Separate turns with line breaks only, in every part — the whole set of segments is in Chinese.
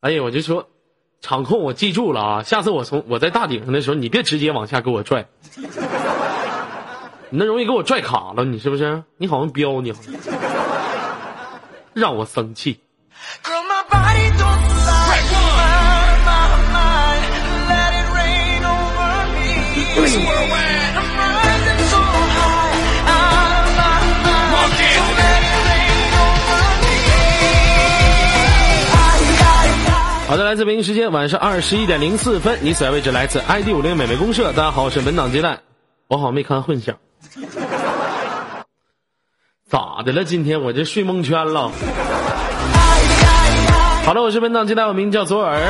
哎呀，我就说，场控我记住了啊，下次我从我在大顶上的时候，你别直接往下给我拽， 你那容易给我拽卡了，你是不是？你好像彪，你好像，让我生气。
Girl, my body don't lie. My, my, my. Let it rain over me. I'm rising so high. I'm my, my. So let it rain over me. I, I, I.
好的，来自北京时间晚上二十一点零四分，你所在位置来自 ID 五零美美公社。大家好，我是本档接待，我好像没看混响，咋的了？今天我这睡蒙圈了。好了，我是本档接待，我名叫左耳。
Let it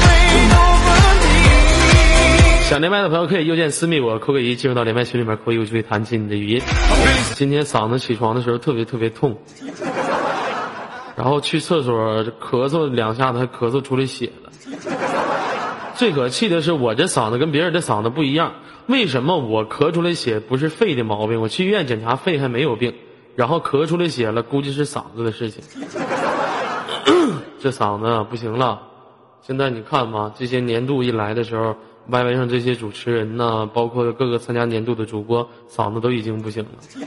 rain over me.
想连麦的朋友可以右键私密我，扣个一，进入到连麦群里面扣一，我就会弹起你的语音。今天嗓子起床的时候特别特别痛，然后去厕所咳嗽两下子，还咳嗽出来血了。最可气的是，我这嗓子跟别人的嗓子不一样，为什么我咳出来血不是肺的毛病？我去医院检查肺还没有病，然后咳出来血了，估计是嗓子的事情。 这嗓子啊不行了，现在你看吧，这些年度一来的时候，YY 上这些主持人呐、包括各个参加年度的主播，嗓子都已经不行了。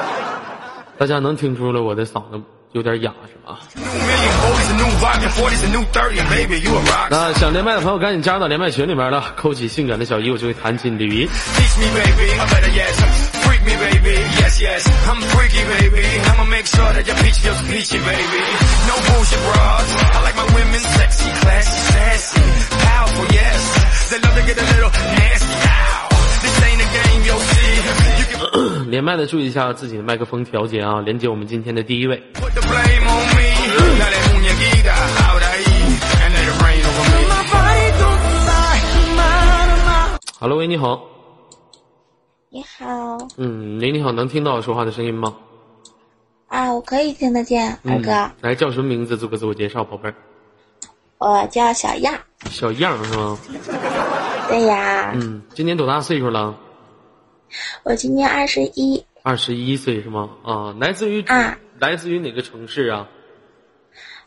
大家能听出来我的嗓子有点哑是吧？
Two million boys, a new vibe, and 40's a new 30, and baby, you a rock.
那想连麦的朋友赶紧加入到连麦群里边了，扣起性感的小姨，我就会弹琴鲤鱼。
Teach me, baby, I better yes. Freak me, baby, yes, yes. I'm freaky, baby. I'ma make sure that your peach feels peachy, baby. No bullshit bras. I like my women sexy, classy, sassy, powerful, yes. They love to get a little nasty. Ow. This ain't a game, yo, see. You can
连麦的注意一下自己的麦克风调节啊，连接我们今天的第一位。
put the blame on me. Now that muñequita out I eat, and let it rain over me.
My body don't lie. My, my.
Hello，喂，你好，
你好
嗯，喂，你好，能听到我说话的声音吗？
啊，我可以听得见，二哥，
嗯，来叫什么名字？做个自我介绍，宝贝儿，
我叫小亚。
小样儿是吗？
对呀，
嗯，今年多大岁数了？
我今年二十一，
二十一岁是吗？啊，来自于、
啊
来自于哪个城市啊？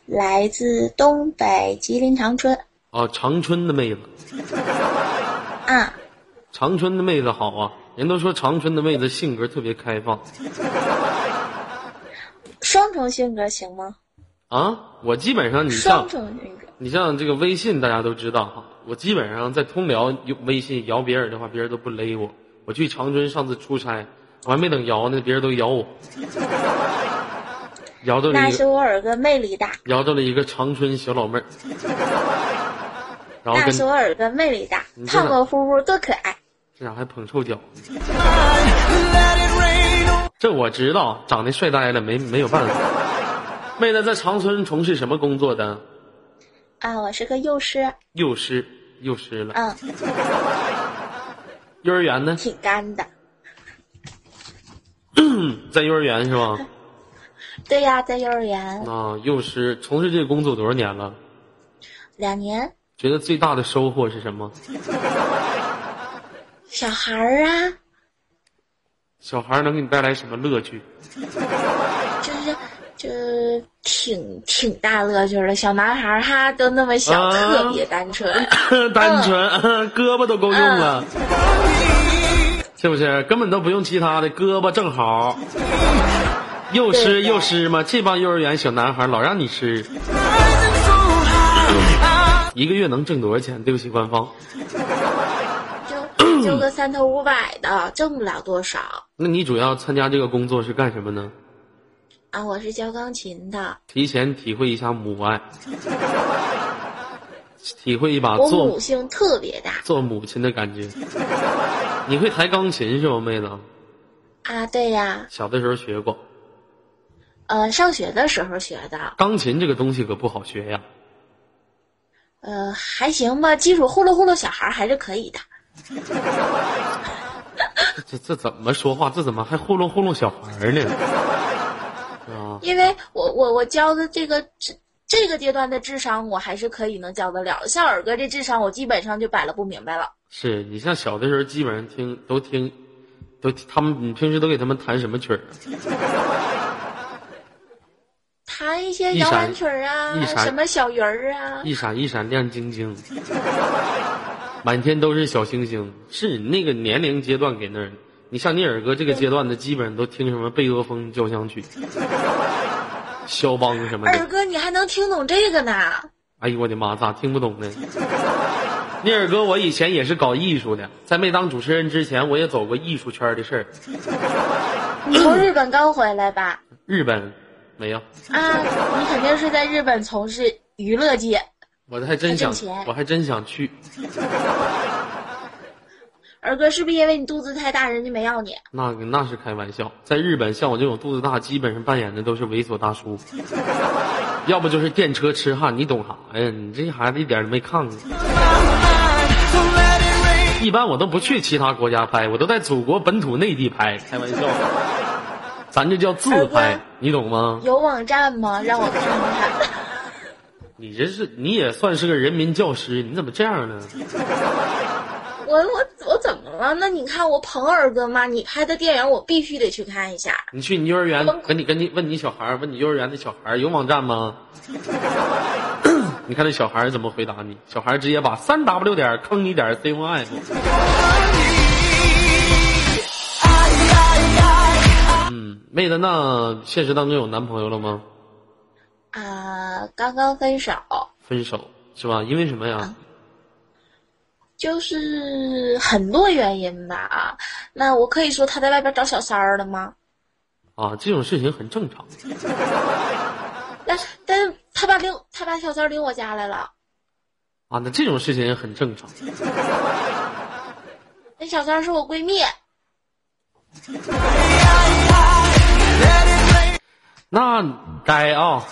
来自东北吉林长春。
啊，长春的妹子，
啊，
长春的妹子好啊！人都说长春的妹子性格特别开放
双重性格行吗？
啊。我基本上你
双
像
重性格
你像这个微信，大家都知道哈。我基本上在通辽用微信摇别人的话，别人都不勒我。我去长春上次出差，我还没等摇呢，别人都摇我，摇到了
那
一
是
个
我耳哥魅力大，
摇到了一个长春小老妹儿，然后
那
跟
是我耳哥魅力大
你，真的
胖胖乎乎多可爱。
这俩还捧臭脚。
Let it rain over
这我知道，长得帅呆了，没没有办法。妹子在长春从事什么工作的？
啊，我是个幼师，
幼师，幼师了。
嗯，
幼儿园呢？
挺干的。
在幼儿园是吧？
对呀，在幼儿园
啊，幼师从事这个工作多少年了？
两年，
觉得最大的收获是什么？
小孩儿啊，
小孩能给你带来什么乐趣？
就是就是挺挺大乐趣的。小男孩儿哈都那么小，
啊
特别单纯。
单纯，胳膊都够用了， 是不是？根本都不用其他的，胳膊正好。幼师
对的
幼师嘛，这帮幼儿园小男孩老让你吃，
rising so high.
一个月能挣多少钱？对不起，官方。
就就个三头五百的，挣不了多少
那你主要参加这个工作是干什么呢？
啊！我是教钢琴的，
提前体会一下母爱，体会一把
我
啊做
母性特别大
做母亲的感觉。你会弹钢琴是吗，妹子？
啊！对呀，
小的时候学过。
呃，上学的时候学的，
钢琴这个东西可不好学呀，
呃，还行吧，基础呼噜呼噜，小孩儿还是可以的。
这这这怎么说话？这怎么还糊弄糊弄小孩儿呢？ 啊，
因为我我我教的这个这这个阶段的智商，我还是可以能教得了。像尔哥这智商，我基本上就摆了不明白了。
是你像小的时候基本上听都听，都他们你平时都给他们弹什么曲儿啊？
弹一些摇篮曲儿啊
一闪一，闪
什么小鱼儿啊，
一闪一闪亮晶晶，满天都是小星星。是你那个年龄阶段给那儿，你像你尔哥这个阶段的，基本上都听什么贝多芬交响曲、肖邦什么
二
的。
哥你还能听懂这个呢？
哎呦我的妈，咋听不懂呢？聂耳哥，我以前也是搞艺术的，在没当主持人之前，我也走过艺术圈的事儿。
你从日本刚回来吧？
日本没有，
啊，你肯定是在日本从事娱乐界，
我还真想
还挣钱，
我还真想去。
二哥是不是因为你肚子太大，人家没要你？
那个那是开玩笑，在日本像我这种肚子大，基本上扮演的都是猥琐大叔，要不就是电车痴汉，你懂啥哎呀？你这孩子一点都没看过。一般我都不去其他国家拍，我都在祖国本土内地拍，开玩笑，咱这叫自
哎
拍
不，
你懂吗？
有网站吗？让我看看。
你这是你也算是个人民教师，你怎么这样呢？
我我我怎么了？那你看我捧二哥嘛，你拍的电影我必须得去看一下。
你去你幼儿园，跟你跟你问你小孩儿，问你幼儿园的小孩儿有网站吗？你看那小孩儿怎么回答你？小孩儿直接把三 w 点坑你点 c o m 嗯，妹子，那现实当中有男朋友了吗？
啊，刚刚分手，
分手是吧？因为什么呀？
就是很多原因吧啊。那我可以说他在外边找小三儿了吗？
啊，这种事情很正常。
但但是他把领他把小三儿领我家来了，
啊，那这种事情也很正常。
那小三儿是我闺蜜。
那该啊、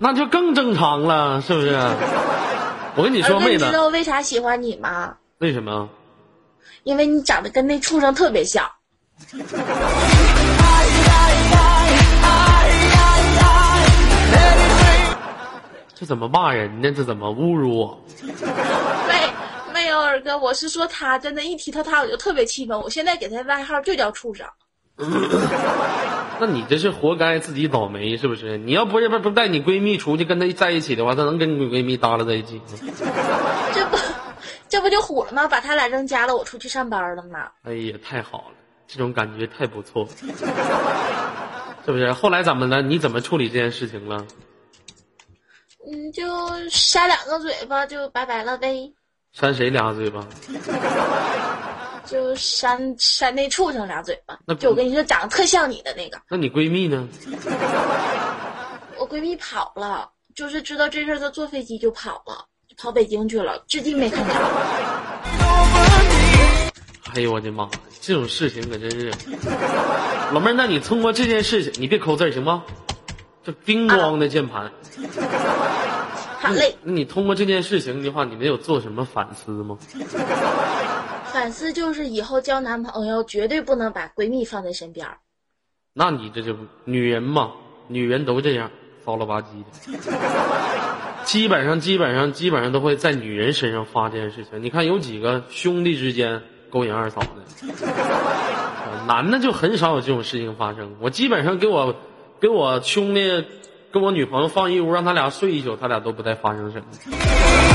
那就更正常了，是不是？我跟你
二
说，妹
哥，哎你
子
知，道我为啥喜欢你吗？
为什么？
因为你长得跟那畜生特别像。
这怎么骂人呢？这怎么侮辱我？
没没有二哥，我是说他真的，一提到他我就特别气愤。我现在给他外号就叫畜生。
那你这是活该自己倒霉是不是？你要不是不不带你闺蜜出去跟她在一起的话，她能跟你闺蜜搭拉在一起吗？
这不，这不就虎了吗？把他俩扔家了，我出去上班了吗？
哎呀，太好了，这种感觉太不错，是不是？后来怎么了？你怎么处理这件事情了？
嗯，就扇两个嘴巴，就拜拜了呗，
扇谁俩嘴巴？
就扇扇那畜生俩嘴巴
那。不
就我跟你说，长得特像你的那个，
那你闺蜜呢？
我闺蜜跑了，就是知道这事儿，她坐飞机就跑了，就跑北京去了，至今没看着。
哎呦我的妈！这种事情可真是，老妹儿，那你通过这件事情，你别抠字儿行吗？这叮咣的键盘，
好嘞，
那你通过这件事情的话，你没有做什么反思吗？
反思就是以后交男朋友绝对不能把闺蜜放在身边儿。
那你这就女人嘛，女人都这样，骚了吧唧的，基本上基本上基本上都会在女人身上发这件事情。你看有几个兄弟之间勾引二嫂的，呃男的就很少有这种事情发生。我基本上给我给我兄弟跟我女朋友放一屋，让他俩睡一宿，他俩都不带发生什么。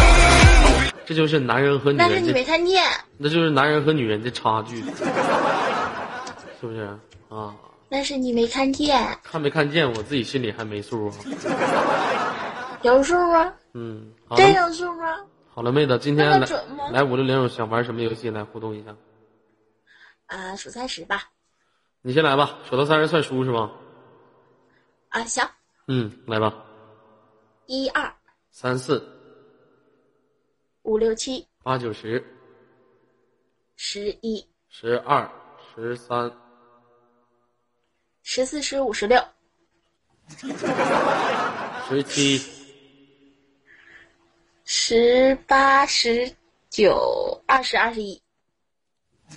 这就是男人和女
但
嗯
是
人
你
的
没看见，
那就是男人和女人的差距，是不是啊？
但是你没看见，
看没看见，我自己心里还没数啊。
有数吗？
嗯，好
真
了，
有数吗？
好了，妹子，今天
那么
来
准吗
来五六零，想玩什么游戏来互动一下？
啊，数三十吧。
你先来吧，数到三十算输是吗？
啊，行，
嗯，来吧，
一二
三四
五六七
八九十
十一
十二十三
十四十五十六
十七
十八十九二十二十一。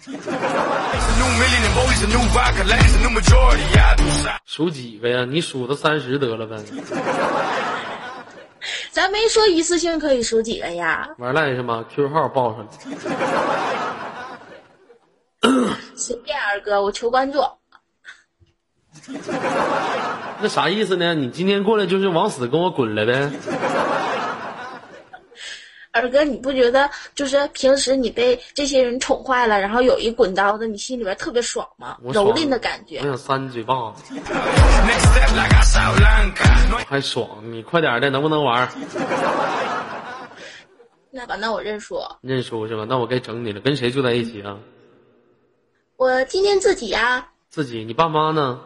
a new million and boys, a new rocket, last a new majority. I do side.
数几个呀？你数到三十得了呗，
咱没说一次性可以数几个呀，
玩赖是吗？Q 号报上了，
随便二哥，我求关注。
那啥意思呢？你今天过来就是往死跟我滚来呗？
二哥，你不觉得就是平时你被这些人宠坏了，然后有一滚刀子，你心里边特别爽吗？
我爽
蹂躏的感觉
我。想扇你嘴巴子，
Next step like a Casablanca. No hay
还爽！你快点的，能不能玩？
那吧，那我认输。
认输是吧？那我该整你了。跟谁住在一起啊？
我今天自己呀、
自己？你爸妈呢？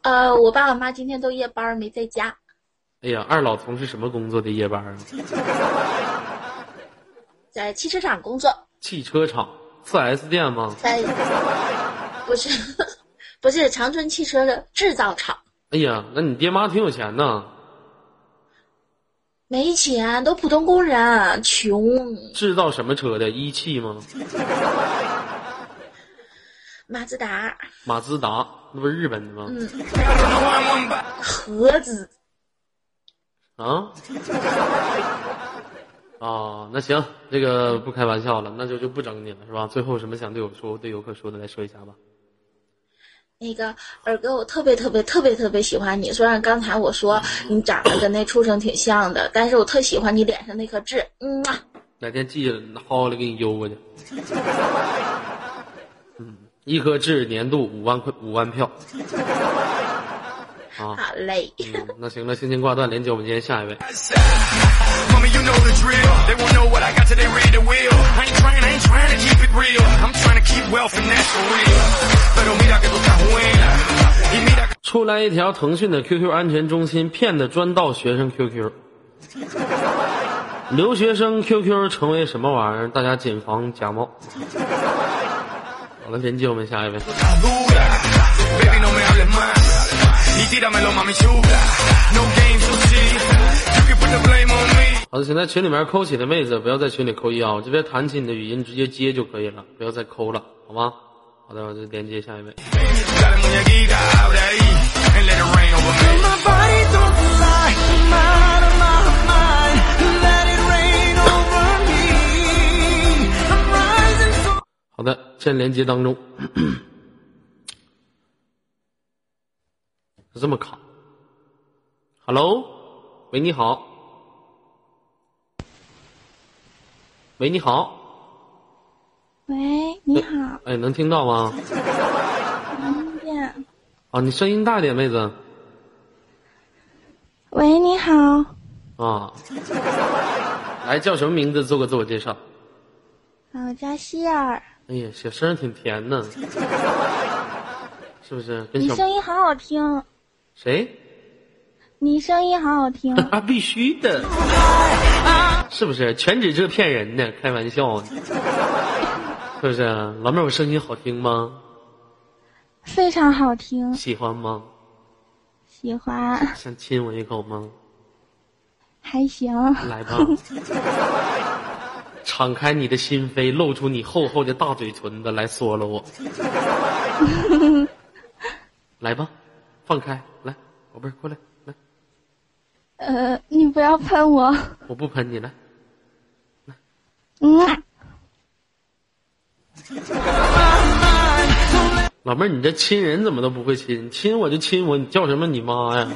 呃，我爸我妈今天都夜班儿没在家，
哎呀，二老从事什么工作的夜班啊？
在汽车厂工作，
汽车厂、4S 店吗？
在不是不是长春汽车的制造厂，
哎呀，那你爹妈挺有钱呐，
没钱，都普通工人，穷。
制造什么车的？一汽吗？
马自达、
马自达，那不是日本的吗？
合资，
啊？ 啊，那行，这个不开玩笑了，那就就不整你了，是吧？最后有什么想对我说、对游客说的，来说一下吧。
那个二哥，我特别特别特别特别喜欢你。虽然刚才我说你长得跟那畜生挺像的，但是我特喜欢你脸上那颗痣。嗯啊，
哪天记着，薅来给你邮过去。嗯，一颗痣年度五万块五万票。啊，
好嘞。
嗯，那行了，先先挂断，连接我们今天下一位。
Mommy, you know the drill. They won't know what I got till they read the wheel. I ain't trying, I ain't trying to keep it real. I'm trying to keep wealth and that's for real. Pero mira que tú estás buena. Y mira que
出来一条腾讯的 QQ 安全中心骗的专盗学生 QQ，留学生 QQ 成为什么玩意儿？大家谨防假冒。好了，连接我们下一位。
tú estás dura. Baby, no me hables más. Y tíramelo, mami chula. No games, you see. You can put the blame on me.
好的，请在群里面扣起的妹子不要在群里扣一啊，我这边弹起你的语音直接接就可以了，不要再扣了，好吗？好的，我就连接下一位。
Dale, muñequita, abre ahí. And let it rain over me.
My body don't lie. I'm out of my mind. Let it rain over me. I'm rising so
好的，现在连接当中。 是这么卡。Hello，喂，你好。喂，你好。
喂，你好，
哎，能听到吗？
能听见？
啊，你声音大点，妹子。
喂，你好，
啊，来叫什么名字？做个自我介绍。
啊我叫希尔，
哎呀，小声儿挺甜 呢，是不是？跟
你
小
声音好好听，
谁？
你声音好好听，
啊，必须的，啊是不是？全指这骗人的，开玩笑呢，是不是？老妹儿，我声音好听吗？
非常好听，
喜欢吗？
喜欢，
想亲我一口吗？
还行，
来吧，敞开你的心扉，露出你厚厚的大嘴唇子来嗦了我。来吧，放开，来，宝贝儿，过来，来，
呃，你不要喷我，
我不喷你，来，
嗯啊，
老妹儿，你这亲人怎么都不会亲？亲我就亲我，你叫什么你妈呀？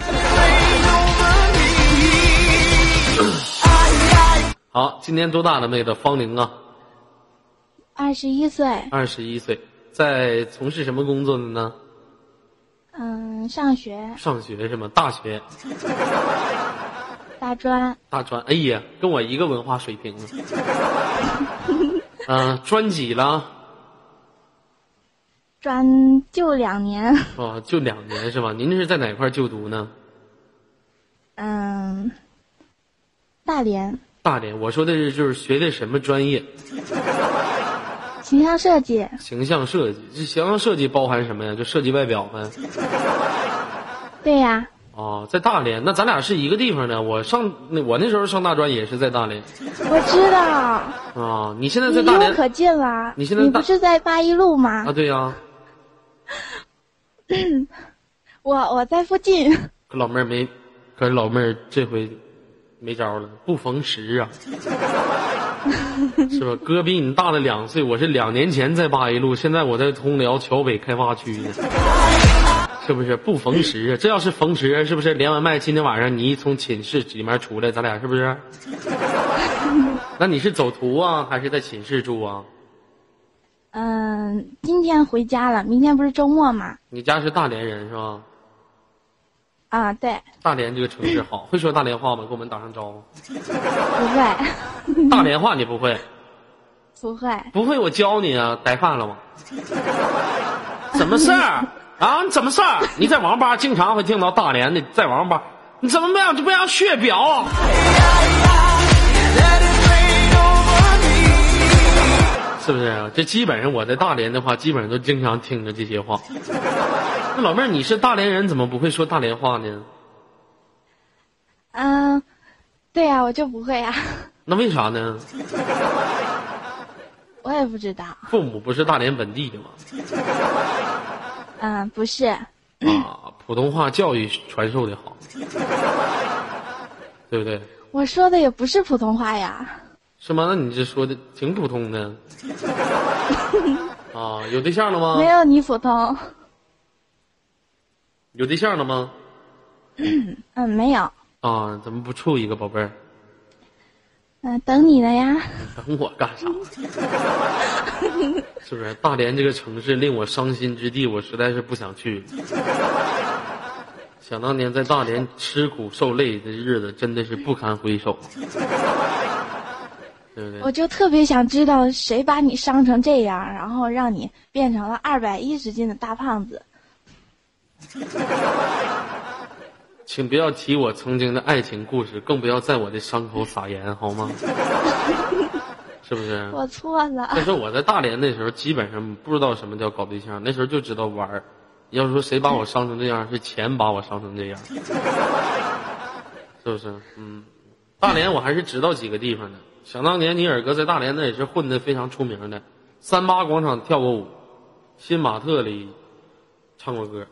好，今年多大了，妹子？芳龄啊，
二十一岁，
二十一岁，在从事什么工作的呢？
嗯，上学，
上学是吗？大学，
大专，
大专。哎呀，跟我一个文化水 平啊。嗯、专几了？
专就两年，
哦，就两年是吧？您是在哪块儿就读呢？
嗯，大连
大连。我说的是，就是学的什么专业？
形象设计，
形象设计。这形象设计包含什么呀？就设计外表呗。
对呀、
哦，在大连，那咱俩是一个地方的。我上那我那时候上大专也是在大连
我知道，
啊。你现在
你
在
离
大
我
连
可近了，
你现在大
不是在八一路吗？
啊？对呀、
我我在附近，
可老妹儿没，可老妹儿这回没招了，不逢时啊，是吧？哥比你大了两岁，我是两年前在八一路，现在我在通辽桥北开发区呢， 是不是不逢时啊？这要是逢时，是不是连完麦今天晚上你一从寝室里面出来，咱俩是不是？那你是走读啊，还是在寝室住啊？
嗯，今天回家了，明天不是周末吗？
你家是大连人是吧？
啊，对，
大连这个城市好，会说大连话吗？给我们打声招呼。
不会，
大连话你不会？
不会，
不会，我教你啊，逮饭了吗？怎么事儿啊？你怎么事儿？你在网吧经常会听到大连的，在网吧，你怎么没有就不让血表？啊
Let it rain over me.
是不是啊？这基本上我在大连的话，基本上都经常听着这些话。那老妹儿，你是大连人，怎么不会说大连话呢？
嗯，对呀、我就不会呀、啊
那为啥呢？
我也不知道。
父母不是大连本地的吗？
嗯，不是，
啊，普通话教育传授的好，对不对？
我说的也不是普通话呀。
是吗？那你这说的挺普通 的。啊，有对象了吗
没？有你普通。
有对象了吗？
嗯，没有。
啊，怎么不处一个宝贝儿？
嗯，等你呢呀。
等我干 啥？是不是？大连这个城市令我伤心之地，我实在是不想去。 想当年在大连吃苦受累的日子，真的是不堪回 首，对不
我
对？
就特别想知道谁把你伤成这样，然后让你变成了二百一十斤的大胖子。
请不要提我曾经的爱情故事，更不要在我的伤口撒盐，好 吗？是不是？
我错了。
但是我在大连那时候基本上不知道什么叫搞对象，那时候就知道玩儿。要说谁把我伤成这样，是钱把我伤成 这样，是不是？嗯，大连我还是知道几个地方的。想当年你尔哥在大连那也是混得非常出名的，三八广场跳过舞，新玛特里唱过 歌，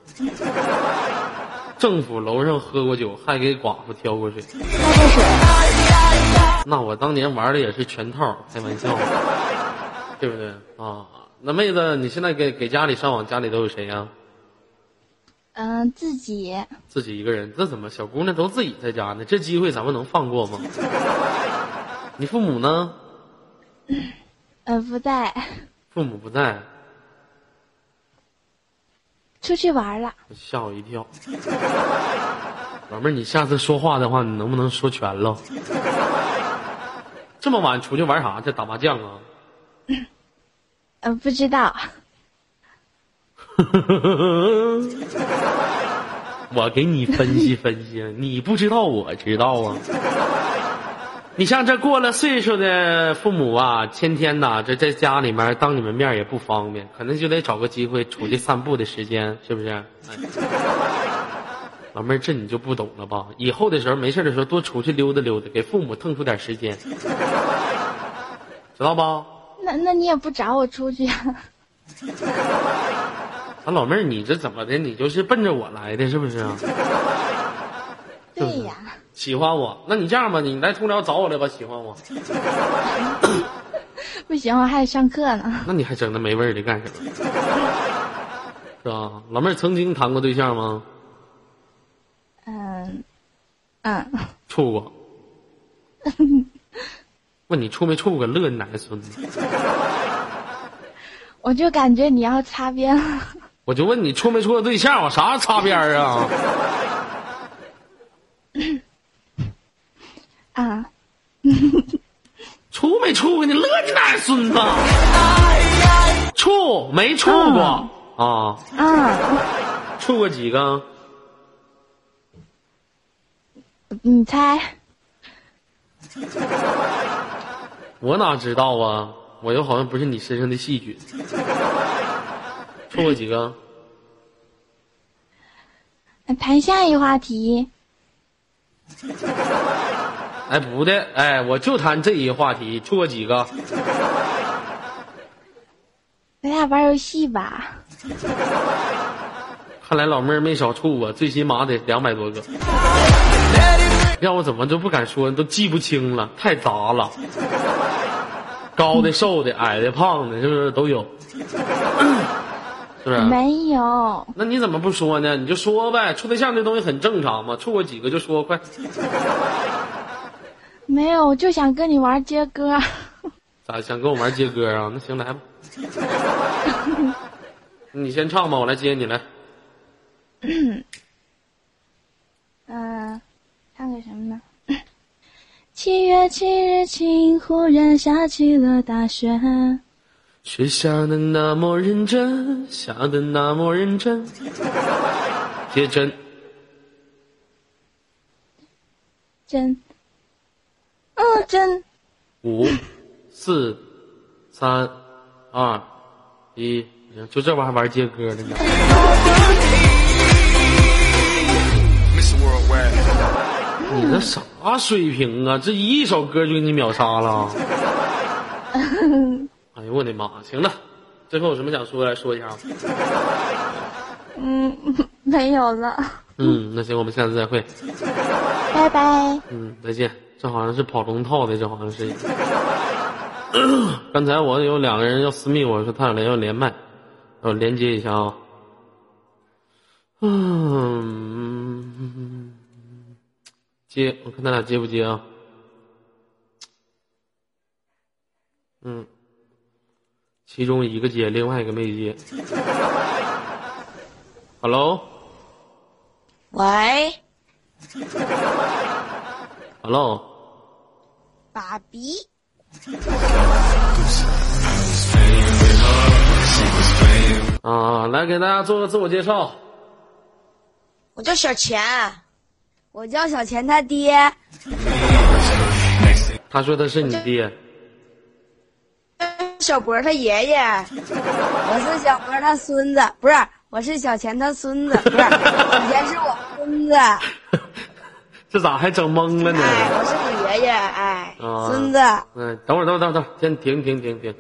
政府楼上喝过酒，还给寡妇挑过水。
喝过水。
那我当年玩的也是全套，开玩笑，对不对啊？那妹子，你现在给给家里上网，家里都有谁呀、啊
嗯，自己
自己一个人，这怎么小姑娘都自己在家呢？这机会咱们能放过吗？你父母呢？
嗯不在，
父母不在，
出去玩了。
我吓我一跳。老妹儿，你下次说话的话，你能不能说全了？这么晚出去玩啥去？打麻将啊？
嗯，不知道。
我给你分析分析，你不知道，我知道啊。你像这过了岁数的父母啊，天天呐、这在家里面当你们面也不方便，可能就得找个机会出去散步的时间，是不是？哎、老妹儿，这你就不懂了吧？以后的时候没事的时候多出去溜达溜达，给父母腾出点时间，知道吧？
那那你也不找我出去啊？
咱老妹儿，你这怎么的？你就是奔着我来的，是不是啊？
对呀，
喜欢我，那你这样吧，你来通辽找我来吧，喜欢我，
不行，我还得上课呢。
那你还整那没味儿的干什么？是吧？老妹儿曾经谈过对象吗？
嗯，嗯，
处过。问你处没处过？乐你奶奶孙子！
我就感觉你要擦边了。
我就问你处没处过对象？我啥擦边儿啊？
啊，
处没处过？你乐你奶奶孙子！处没处过、啊？
啊，
处过几个？
你猜？
我哪知道啊？我又好像不是你身上的细菌。处过几个？
谈下一话题。
哎，不对，哎，我就谈这一话题，处过几个？
咱俩玩游戏吧。
看来老妹儿没少处啊，最起码得两百多个。让我怎么就不敢说，都记不清了，太杂了。高的、瘦的、矮的、胖的，是不是都有？是不是？
没有，
那你怎么不说呢？你就说呗，处对象这东西很正常嘛，处过几个就说，快，
没有，我就想跟你玩接歌。
咋想跟我玩接歌啊？那行，来吧，你先唱吧，我来接你来。
嗯，唱个什么呢？七月七日晴，忽然下起了大雪。
雪下的那么认真，下的那么认真，接真，
真，嗯，真，
五、四、三、二、一，就这玩意儿还玩接歌呢你。
Mr. Worldwide.
你这啥水平啊？这一首歌就给你秒杀了！啊哎呦我的妈！行了，最后有什么想说来说一下吧。
嗯，没有了，
嗯，那行，我们下次再会。
拜拜。
嗯，再见。这好像是跑龙套的，这好像是。 刚才我有两个人要私密我，说他俩要连麦，我连接一下啊。嗯，接，我看他俩接不接啊？嗯，其中一个接，另外一个没接。Hello，Hello，
喂，爸比，
啊，来给大家做个自我介绍。
我叫小钱，我叫小钱他爹，
他说他是你爹，
小博他爷 爷，我是小博他孙子，不是，我是小钱他孙子，不是，小钱是我孙子，哎，
这咋还整懵了呢？
我是你爷爷，哎，
啊
孙子，
嗯，等会儿，等会儿，等会儿，先停停停 停。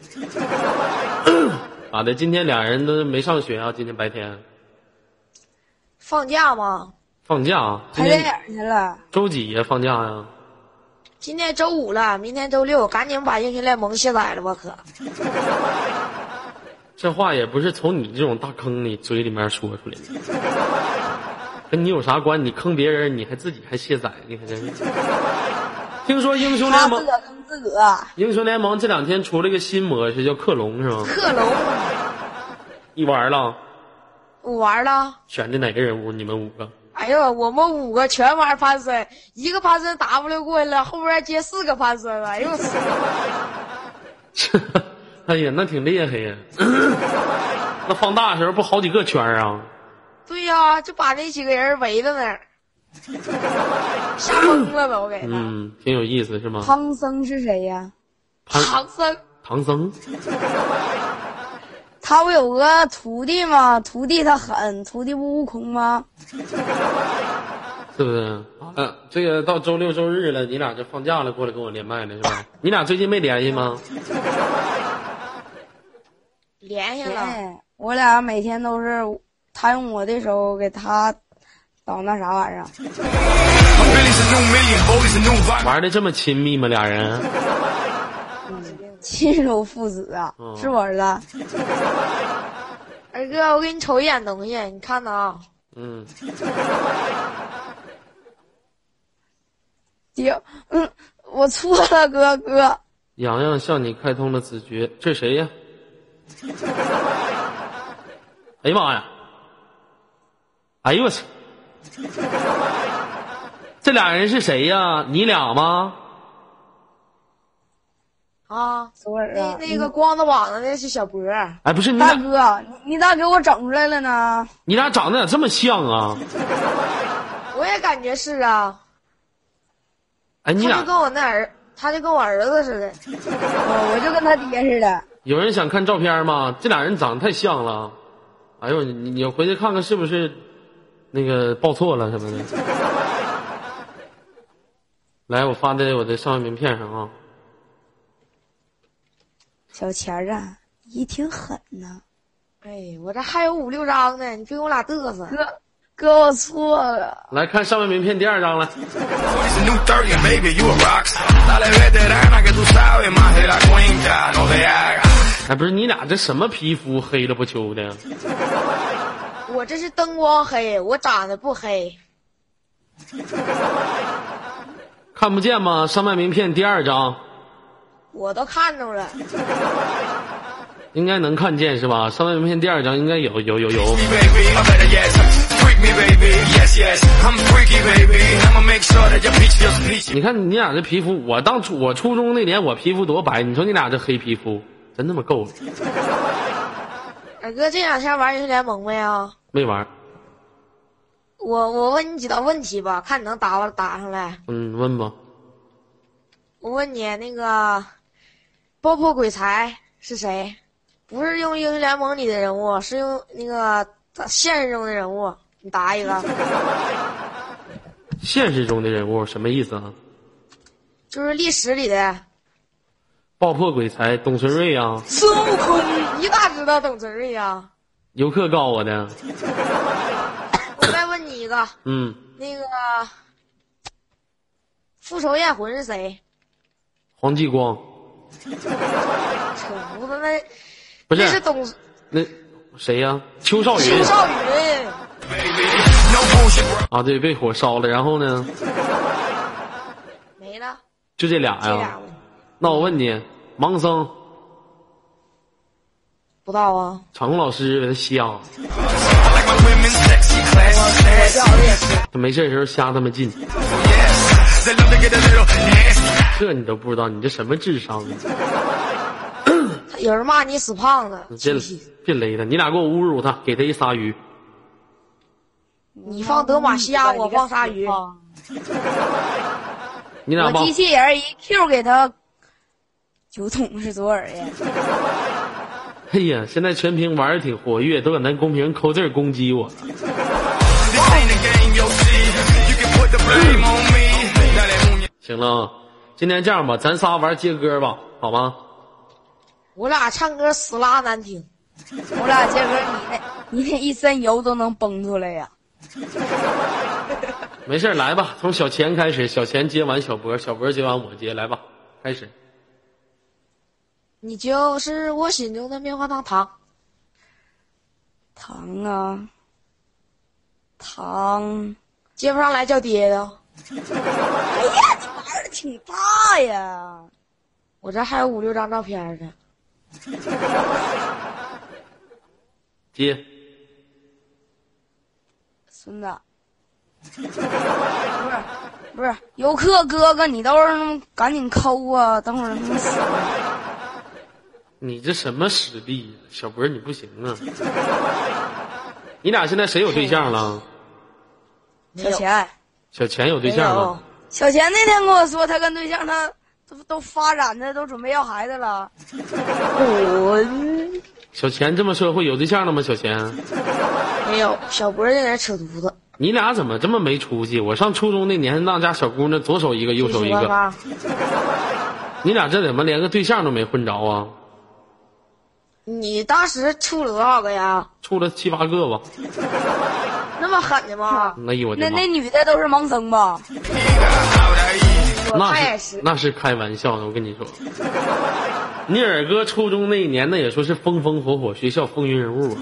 咋的？今天俩人都没上学啊？今天白天
放假吗？
放假啊？今
排电
天
影去了，
周几呀、放假呀、
今天周五了，明天周六，赶紧把英雄联盟卸载了吧，可。
这话也不是从你这种大坑里嘴里面说出来的， 跟你有啥关？你坑别人，你还自己还卸载，你可真是。听说英雄
他
联
自
盟
个，儿跟自个儿
英雄联盟这两天出了个新模式，叫克隆是吗？
克隆，
你玩了？
我玩了。
选的哪个人物？你们五个？
哎呦，我们五个全玩攀升，一个攀升 W 过去了，后边接四个攀升了，哎呦我操！
哎呀，那挺厉害呀！ 那放大的时候不好几个圈儿啊？
对呀、就把那几个人围在那儿，吓懵了都给他。
嗯，挺有意思是吗？
唐僧是谁呀、
唐
唐僧，
唐僧
他不有个徒弟吗？徒弟他狠，徒弟不悟空吗？
是不是？嗯，这个到周六周日了，你俩就放假了，过来跟我连麦了是吧？你俩最近没联系吗？
联系了，
哎，我俩每天都是他用我的手给他捣那啥玩意儿，
My Billy's a new million, Bodie's a new vibe.
玩的这么亲密吗？俩人？
亲手父子啊，
嗯
是我儿子。
二哥，我给你瞅一眼东西，你看呐啊，
嗯，
爹，嗯，我错了，哥哥，
洋洋向你开通了子爵，这谁呀？哎呀妈呀！哎呦我去！这俩人是谁呀？你俩吗？
啊，
左耳
那
啊，
那个光着膀子那是小博儿，
哎，不是你
你大
俩，
哥，你你咋给我整出来了呢？
你俩长得咋这么像啊？
我也感觉是啊。
哎，你
他就
俩
跟我那儿，他就跟我儿子似的。
哦我我就跟他爹似的，
有人想看照片吗？这俩人长得太像了。哎呦，你你回去看看是不是那个报错了什么 的。来，我发在我的上面名片上啊。
小钱儿啊，你挺狠呐、
哎，我这还有五六张呢，你别跟我俩嘚瑟。
哥，哥，我错了，
来看上面名片第二张来。
Bodie's a new 30, baby, you a rockstar. Dale, vete, rana, que tú sabes más de la cuenta, no te hagas.
哎，不是你俩这什么皮肤黑了不秋的？
我这是灯光黑，我长得不黑。
看不见吗？上卖名片第二张
我都看着了，
应该能看见是吧？上卖名片第二张应该有有有有。
me, baby. Or better yet, freak me, baby. Yes, yes. I'm freaky, baby. I'ma make sure that your peach feels peachy.
你看你俩这皮肤，我当初我初中那年我皮肤多白，你说你俩这黑皮肤真他妈够了，
二哥这两天玩英雄联盟没有？
没玩儿。
我我问你几道问题吧，看你能答不答上来。
嗯，问吧，
我问你，那个爆破鬼才是谁？不是用英雄联盟里的人物，是用那个现实中的人物。你答一个，
现实中的人物什么意思啊？
就是历史里的
爆破鬼才董存瑞啊，
孙悟 空。你咋知道董存瑞呀？
游客告我的。
我再问你一个，
嗯，
那个《复仇焰魂》是谁？
黄继光
扯犊子，那
不是
那是董
那谁呀、邱少
邱
云
少云。
No bullshit, bro.
啊，对，被火烧了。然后呢，
没了，
就这俩
这
呀、
俩我
那我问你，盲僧
不知道啊。
场控老师给他瞎，
I like my women sexy, classy, sassy.
他没事的时候瞎他妈进，
Yes, they love to get a little nasty.
这你都不知道，你这什么智商啊？
他有人骂你死胖
你
子，
别
气死
别勒他，你俩给我侮辱他，给他一鲨鱼。
你放德玛西亚，我放鲨鱼。
你俩
我
吧，
机器人一 Q 给他酒桶是左耳呀，
哎呀，现在全屏玩的挺活跃，都在那公屏扣字儿攻击我。
This ain't a game, you'll see. You can put the blame on me. Now that moon,
行了啊，今天这样吧，咱仨玩接歌吧，好吗？
我俩唱歌死拉难听，
我俩结合你那，你那一身油都能崩出来呀。
没事儿，来吧，从小钱开始，小钱接完小博，小博接完我接，来吧，开始。
你就是我心中的棉花糖糖。
糖啊，糖，
接不上来叫爹的，
哎呀，你玩的挺大呀。
我这还有五六张照片呢。
接，
孙子，不是不是，游客哥哥，你倒是赶紧抠啊！等会儿他们死了。
你这什么实力呀、小博你不行啊！你俩现在谁有对象了？
小钱，
小钱有对象
没有
了？
小钱那天跟我说，他跟对象他都都发展的都准备要孩子了。
滚！
小钱这么社会有对象了吗？小钱，
没有，小博在那扯犊子。
你俩怎么这么没出息？我上初中那年，那家小姑娘左手一个，右手一
你喜欢
个，
吧？
你俩这怎么连个对象都没混着啊？
你当时处了多少个呀？
处了七八个吧？
那么狠的吗？
哎呦我
那
的妈！
那女的都是盲僧吧？
how'd I eat?
我
那
也
是
是。
那是开玩笑的，我跟你说，你二哥初中那一年，那也说是风风火火，学校风云人物啊，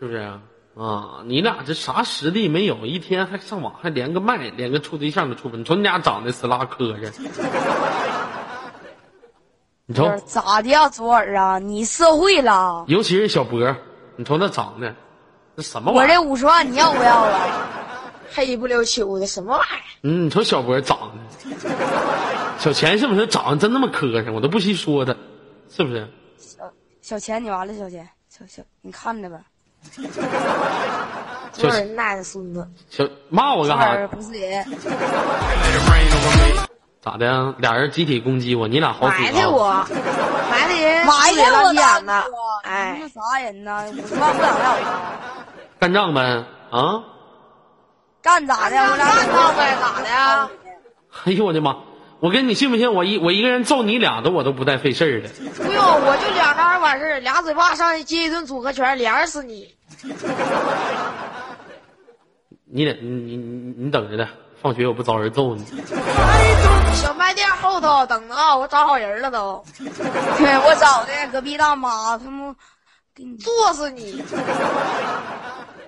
是不是啊？啊，你俩这啥实力没有？一天还上网，还连个麦，连个处对象都处不。你瞅你俩长得死拉磕碜，你瞅
不，是咋的呀，左耳啊？你社会了？
尤其是小博，你瞅那长得，那什么
我
玩意
这
儿？
五十万你要不要啊？
黑不溜秋的，什么玩意儿？
嗯，你瞅小博长得，小钱是不是长得真那么磕碜？我都不稀说他，是不是？
小小钱，你完了，小钱，小小，你看着吧。
多少人奶的孙子？
小骂我
左
干
耳
啥？
不是人，
Let it rain over me.
咋的呀？俩人集体攻击我，你俩好
埋
死
汰
啊！
我，埋汰人，
埋汰
了
我
眼
呢
的！哎
那，啥人呢？五十万不想要了，
干仗呗啊！
干咋的？我俩
干他呗，咋的呀？
哎呦我的妈！我跟你信不信？我一我一个人揍你俩都我都不带费事儿的。
不用，哎我就两张完事儿，俩嘴巴上去接一顿组合拳，连死你！
你俩你你你你等着的，上学我不找人揍你。
小卖店后头等着啊，我找好人了都，
对我找的隔壁大妈，他们给你
作死你！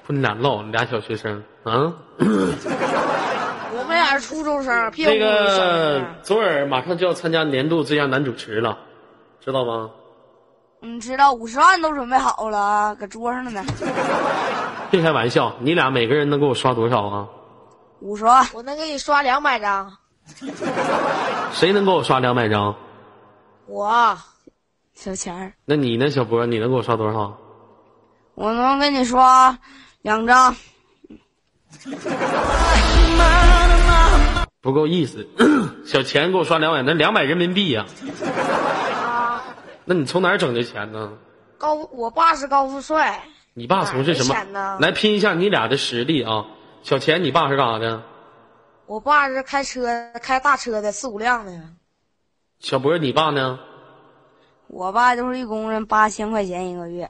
不，你俩唠，你俩小学生啊。
我们俩是初中生，别侮
嗯那
辱小孩
个
儿
左耳马上就要参加年度最佳男主持了，知道吗？
你嗯知道五十万都准备好了，搁桌上了呢，
别开玩笑，你俩每个人能给我刷多少啊？
五十万，
我能给你刷两百张，
谁能给我刷两百张？
我啊
小钱儿，
那你呢，小波？你能给我刷多少？
我能给你刷两张，
不够意思， 小钱给我刷两百，那两百人民币呀、那你从哪儿整这钱呢？
高，我爸是高富帅，
你爸从事什么
哪儿的钱呢？
来拼一下你俩的实力啊！小钱，你爸是干啥的？
我爸是开车开大车的，四五辆的。
小博，你爸呢？
我爸就是一工人八千块钱一个月，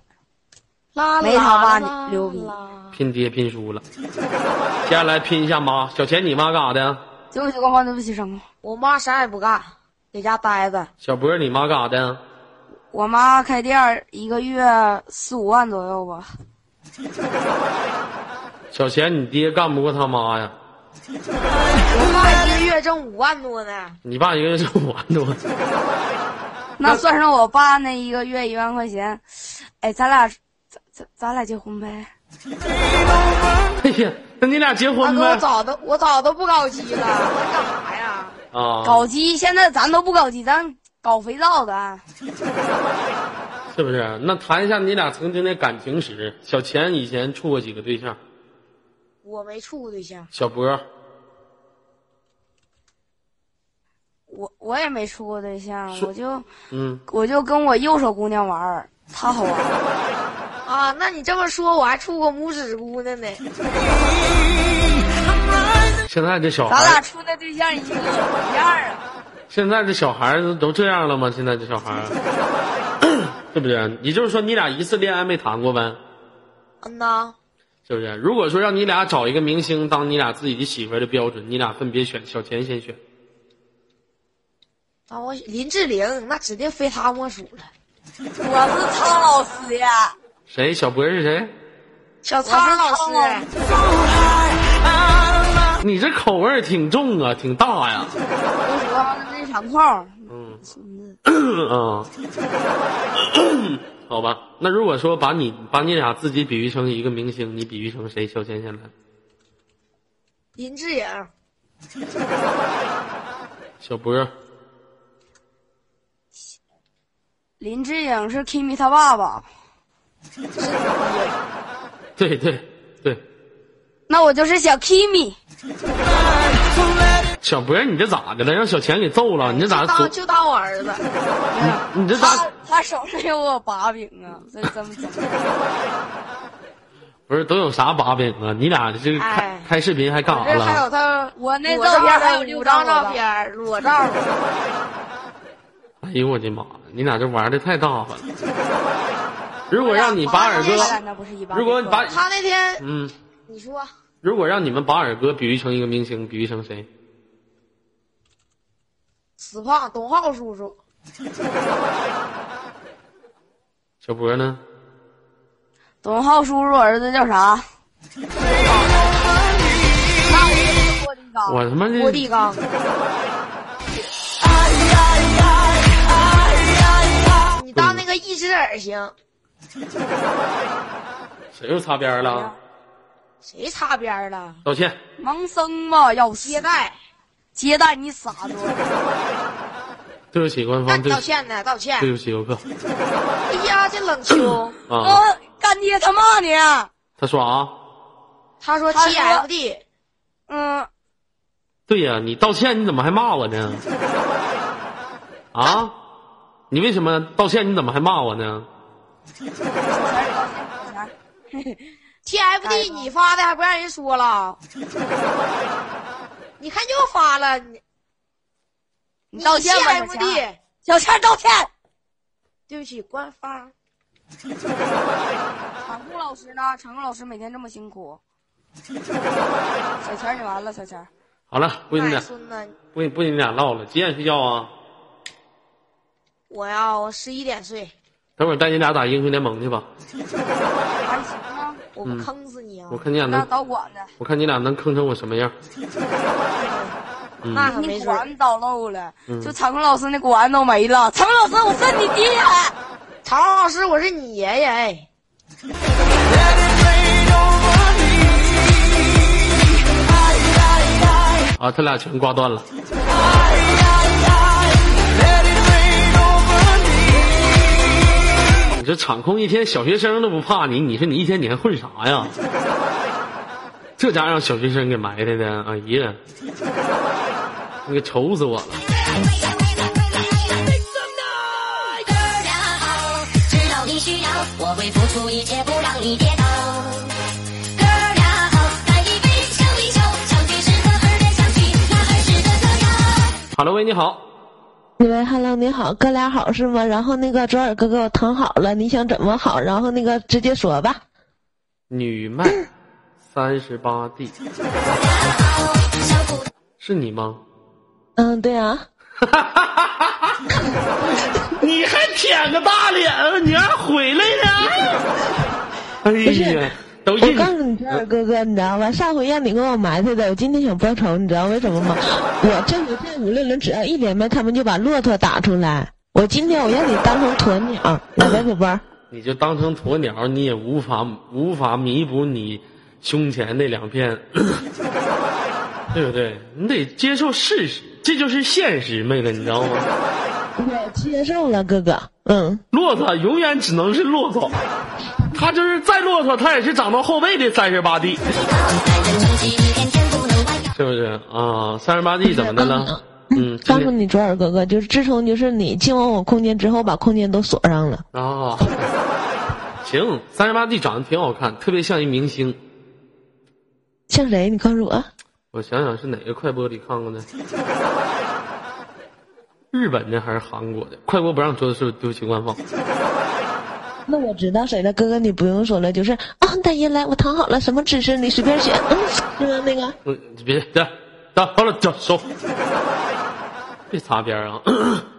啦
没他爸
啦
牛逼
啦
拼爹拼输了。接下来拼一下妈，小钱，你妈干啥的？
九九光环对不起生活。
我妈啥也不干，在家待着。
小博，你妈干啥的？
我妈开店儿一个月四五万左右吧，
小钱，你爹干不过他妈呀？
我妈一个月挣五万多呢。
你爸一个月挣五万多，
那算上我爸那一个月一万块钱，哎，咱俩，咱咱咱俩结婚呗？
哎呀，那你俩结
大
啊
婚
哥，我
呗？
早都我早都不搞基了，还干啥呀？
啊，
搞基，现在咱都不搞基，咱搞肥皂的。啊
是不是？那谈一下你俩曾经的感情史。小钱以前处过几个对象？
我没处过对象，
小博，
我我也没处过对象，
是
我就
嗯，
我就跟我右手姑娘玩儿，她好玩儿。
啊，那你这么说，我还处过拇指姑娘呢。
现在这小
咱俩
孩，
处的对象一个一样儿啊。
现在这小孩子都这样了吗？现在这小孩，是不是？也就是说，你俩一次恋爱没谈过呗？
嗯呐，
是不是？如果说让你俩找一个明星当你俩自己的媳妇儿的标准，你俩分别选，小钱先选。
啊，我林志玲那指定非她莫属了。
我是苍老师呀，
谁？小博是谁？
小苍老
我是苍
师，
你这口味儿挺重啊，挺大呀。
我喜欢那长胖。
嗯
孙子，
啊， 好吧。那如果说把你把你俩自己比喻成一个明星，你比喻成谁？小钱先来。
林志颖，
小博，
林志颖是 Kimi 他爸爸，
对对对，
那我就是小 Kimi。
小博，你这咋的了？让小钱给揍了？你这咋
就
左
当？就当我儿子。
你这
他
咋？
他手上有我把柄啊，这这么整？
不是都有啥把柄啊？你俩这开、
哎
开视频还干
我
啥
这还
了？
有他，
我那
我
照
这
片
还
还
有
有
五
六
张
张
照
照
片，裸照。
哎呦我的妈！你俩这玩的太大方了。如果让你把耳哥
我俩发现，那不是一般
如果你把
他那天
嗯，
你说
如果让你们把耳哥比喻成一个明星，比喻成谁？
死胖董浩叔叔，
小博呢？
董浩叔叔儿子叫啥？
哎
郭立
啊
刚
我他妈
郭
的
立刚，
哎哎
你当那个一只耳行，
谁又擦边儿了？
谁擦边儿了？
道歉。
盲僧吧，要
接
死！
待，
接待你傻子！
对不起，官
那
方，
你
对
道
不起，
歉呢？道歉。
对不起，游客
哎呀，这冷秋，
啊。
啊，干爹他骂你，
他说啊，
他说
他说
TFD，
嗯，
对呀、你道歉，你怎么还骂我呢？啊，你为什么道歉？你怎么还骂我呢？
小钱儿，小钱儿，哎
TFD 你发的还不让人 说了？你看又发了，你
你道歉吧，小钱儿，
TFD，
小钱儿道歉。
对不起，官 方。
场控 老师呢？场控老师每天这么辛苦。小钱儿，你完了，小钱儿，
好了，不跟你
外
俩，
哎孙子，
不跟不跟你俩唠了，几点睡觉啊？
我呀，我十一点睡，
等会儿带你俩打英雄联盟去吧，
还行啊，
我不坑死你啊
我！看你俩
那
能，
导管的，
我看你俩能坑成我什么样。
那可没
你
准儿。
管导漏了，就场控老师那管都没了。场控老师，我是你 爹，
曹老师，我是你爷爷哎。
啊，他俩全挂断了。你这场控一天小学生都不怕你，你说你一天你还混啥呀？这家让小学生给埋汰的，哎呀，那个愁死我了。
知道你需要，我会付出一切不让你跌倒。Girl out，干一杯，笑一笑，相聚时刻耳边响起那儿时的歌谣。
哈喽，喂，你好，
喂，Hello，你好，哥俩好是吗？然后那个左耳哥给我疼好了，你想怎么好？然后那个直接说吧。
女麦三十八 D，是你吗？
嗯，对啊，
你还舔个大脸，你还回来呢？哎呀，都
我
印
告诉你，左耳哥哥，你知道吧？上回让你给我埋汰的，我今天想报仇，你知道为什么吗？我这回这五六轮只要一连麦，他们就把骆驼打出来。我今天我让你当成鸵鸟，来吧，宝贝儿。
你就当成鸵鸟，你也无法无法弥补你胸前那两片， 对不对？你得接受事实，这就是现实，妹子，你知道吗？
我接受了，哥哥。嗯，
骆驼永远只能是骆驼，它就是再骆驼，它也是长到后背的三十八 D，是不是啊？三十八 D 怎么的了？嗯，今
告诉
天
你，左耳哥哥，就是自从就是你进完我空间之后，把空间都锁上了。
啊，行，三十八 D 长得挺好看，特别像一明星。
像谁？你告诉我。
我想想是哪个快播里看过的？ 日本的还是韩国的？快播不让说，是不是对不起官方？
那我知道谁了，哥哥你不用说了，就是啊，大爷来，我躺好了，什么姿势你随便选，嗯，就是那个，
嗯，别别，打好了，走收，别擦边啊。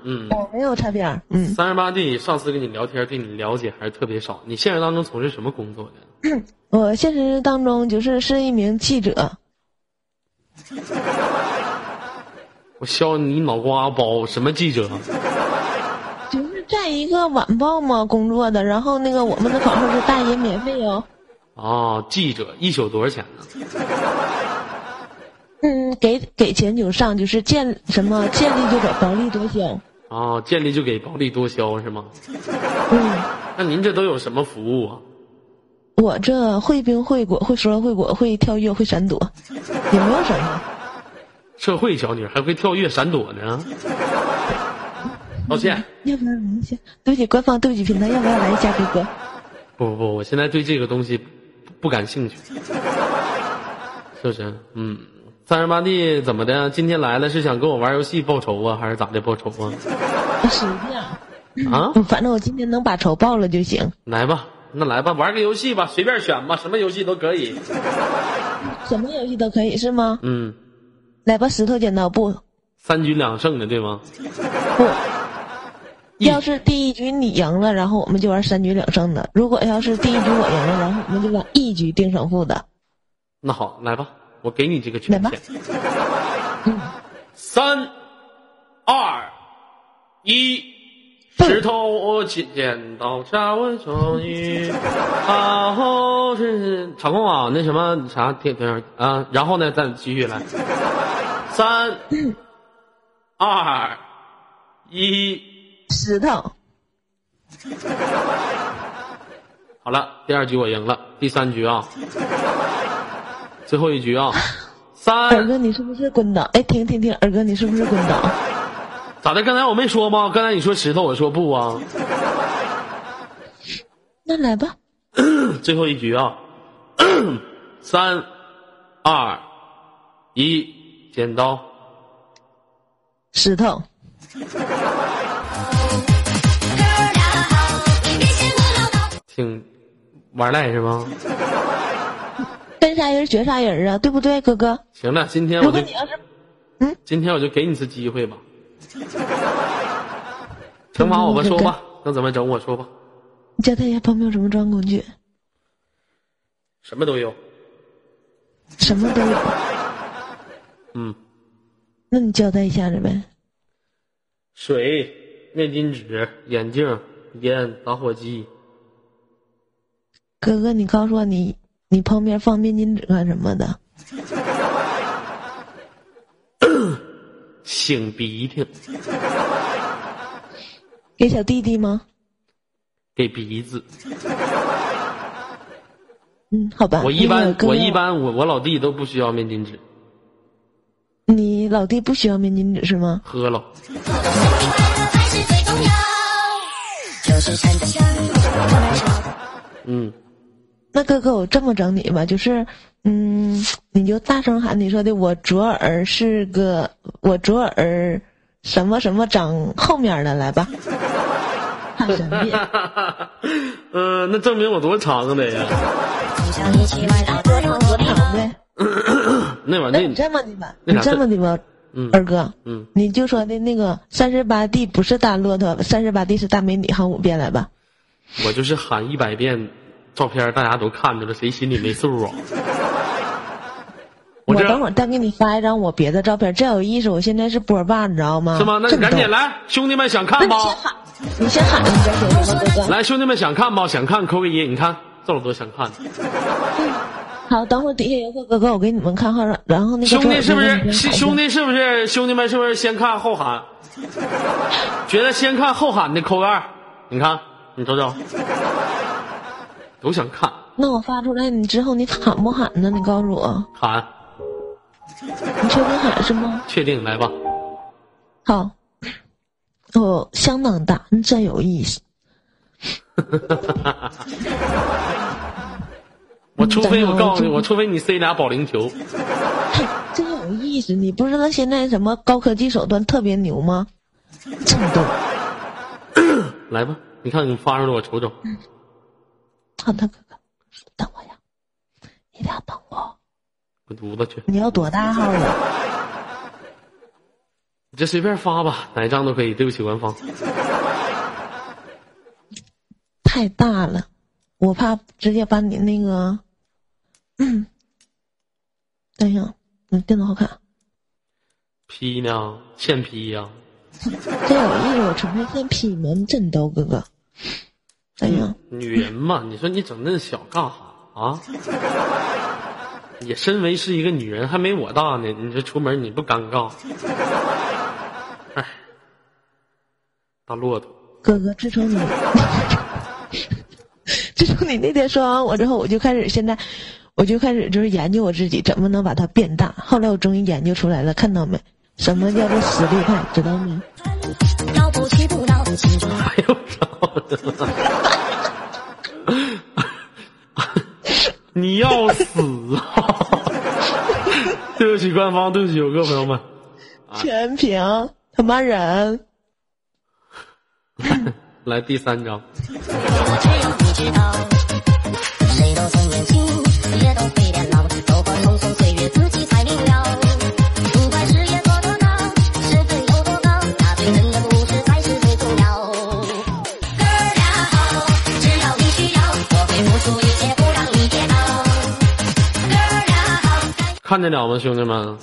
嗯，
我哦没有擦边儿，嗯，
三十八弟，上次跟你聊天，对你了解还是特别少。你现实当中从事什么工作的？
我现实当中就是是一名记者，
我削你脑瓜包，什么记者？
就是在一个晚报嘛工作的，然后那个我们的口号是大爷免费哦，
啊，记者一宿多少钱呢？
嗯，给给钱就上，就是见什么见利就走，薄利多销，
啊，见利就给，薄利多销是吗？
嗯，
那您这都有什么服务啊？
我这会冰会火，会说会果，会跳跃，会闪 躲，也没有什么。
社会小女还会跳跃闪躲呢。抱歉，
要不要来一下？对不起，官方，对不起，平台，要不要来一下，哥哥？
不不不，我现在对这个东西不不感兴趣，是不是？嗯，三十八弟怎么的？今天来了是想跟我玩游戏报仇啊，还是咋的报仇啊？
随便。
啊，
嗯，反正我今天能把仇报了就行。
来吧，那来吧，玩个游戏吧，随便选吧，什么游戏都可以。
什么游戏都可以是吗？
嗯，
来吧，石头剪刀布。
三局两胜的对吗？
不，
一
要是第一局你赢了，然后我们就玩三局两胜的；如果要是第一局我赢了，然后我们就玩一局定胜负的。
那好，来吧，我给你这个权
来吧
限。三、二、一，石头剪剪刀差我手 艺，然后是场控啊，那什么啥停停啊，然后呢，咱继续来，三、
嗯
二、一，
石头，
好了，第二局我赢了，第三局 啊，最后一局啊，
二
三。
哥，你是不是滚倒？哎，停停停，二哥，你是不是滚倒？
咋的？刚才我没说吗？刚才你说石头，我说不 啊。
那来吧，
最后一局啊， 三、二、一，剪刀。
石头。
挺玩赖是吗？
跟啥人学啥人啊，对不对，哥哥？
行了，今天
如
我
果
就
你要是嗯，
今天我就给你次机会吧。惩罚我吧，
嗯
说吧，能怎么整我说吧，
你交代一下朋友什么装工具，
什么都有。
什么都有。
嗯，
那你交代一下子呗。
水、面巾纸、眼镜、烟、打火机。
哥哥，你告诉我你你旁边放面巾纸干什么的？
擤鼻涕，
给小弟弟吗？
给鼻子。
嗯，好吧。
我一
那
般
个哥哥
我一，般我我老弟都不需要面巾纸，
你老弟不需要面巾纸是吗？
喝了。
才是最重要。就是趁着香。
嗯，
那哥哥，我这么整你吧，就是，嗯，你就大声喊你说的，我左耳是个，我左耳什么什么长后面的，来吧，看 神
嗯呃
变，
那证明我多长的呀？
多长呗？
那玩
那
意儿
你哎这么的吧，
那
你
啥
这么的吧，
嗯
二哥，
嗯，
你就说的那个三十八 D 不是大骆驼，三十八 D 是大美女，喊五遍来吧。
我就是喊一百遍，照片大家都看着了，谁心里没 数啊？
我
这
等会儿再给你发一张我别的照片，这有意思。我现在是波霸，你知道吗？
是吗？那
这
你
么
赶
逗
紧来，兄弟们想看吗？
你先喊，你再说什么，哥哥。
来，兄弟们想看吗？想看扣个一，你看这老多想看的，
好，等会儿底下有个哥哥，我给你们看号，然后那个
兄弟是不
周老
是？
师
是兄，弟是不是？兄弟们是不是先看后喊？觉得先看后喊的扣个二，你看，你瞅瞅，都想看
那我发出来你之后，你喊不喊呢？你告诉我，
喊，
你确定喊是吗？
确定来吧。
好，我相当大，真有意思。
我除非我告诉你，
嗯
我除非你塞俩保龄球，
嘿，真有意思！你不知道现在什么高科技手段特别牛吗？这么多，
来吧，你看你发出来我瞅瞅，
好的，哥哥，等我呀，一定要等我。
滚犊子去，
你要多大号啊了？
你这随便发吧，哪一张都可以。对不起，官方，
太大了，我怕直接把你那个……嗯，等一下，你电脑好看，
P 呢？现 P 呀、
真有意思！我纯粹先劈门真逗，哥哎哥。等一下，
女人嘛，你说你整那小干哈啊？ 也身为是一个女人，还没我大呢，你这出门你不尴尬？哎，大骆驼，
哥哥，自从你， 自从你那天说完我之后，我就开始现在，我就开始就是研究我自己怎么能把它变大。后来我终于研究出来了，看到没？什么叫做实力派，知道没？
闹不屈不挠，青春
哎呦我操！ 你要死啊！ 对不起，官方，对不起，游客朋友们，
全屏，他妈人！
来第三张，
我只有你知道。谁都曾年轻，也都会变老，走过匆匆岁月，自己才明了。不管事业做多大，身份有多高，那对人的故事才是最重要。哥俩好，只要你需要，我会付出一切，不让你跌倒。哥俩好，
看见了吗，兄弟们？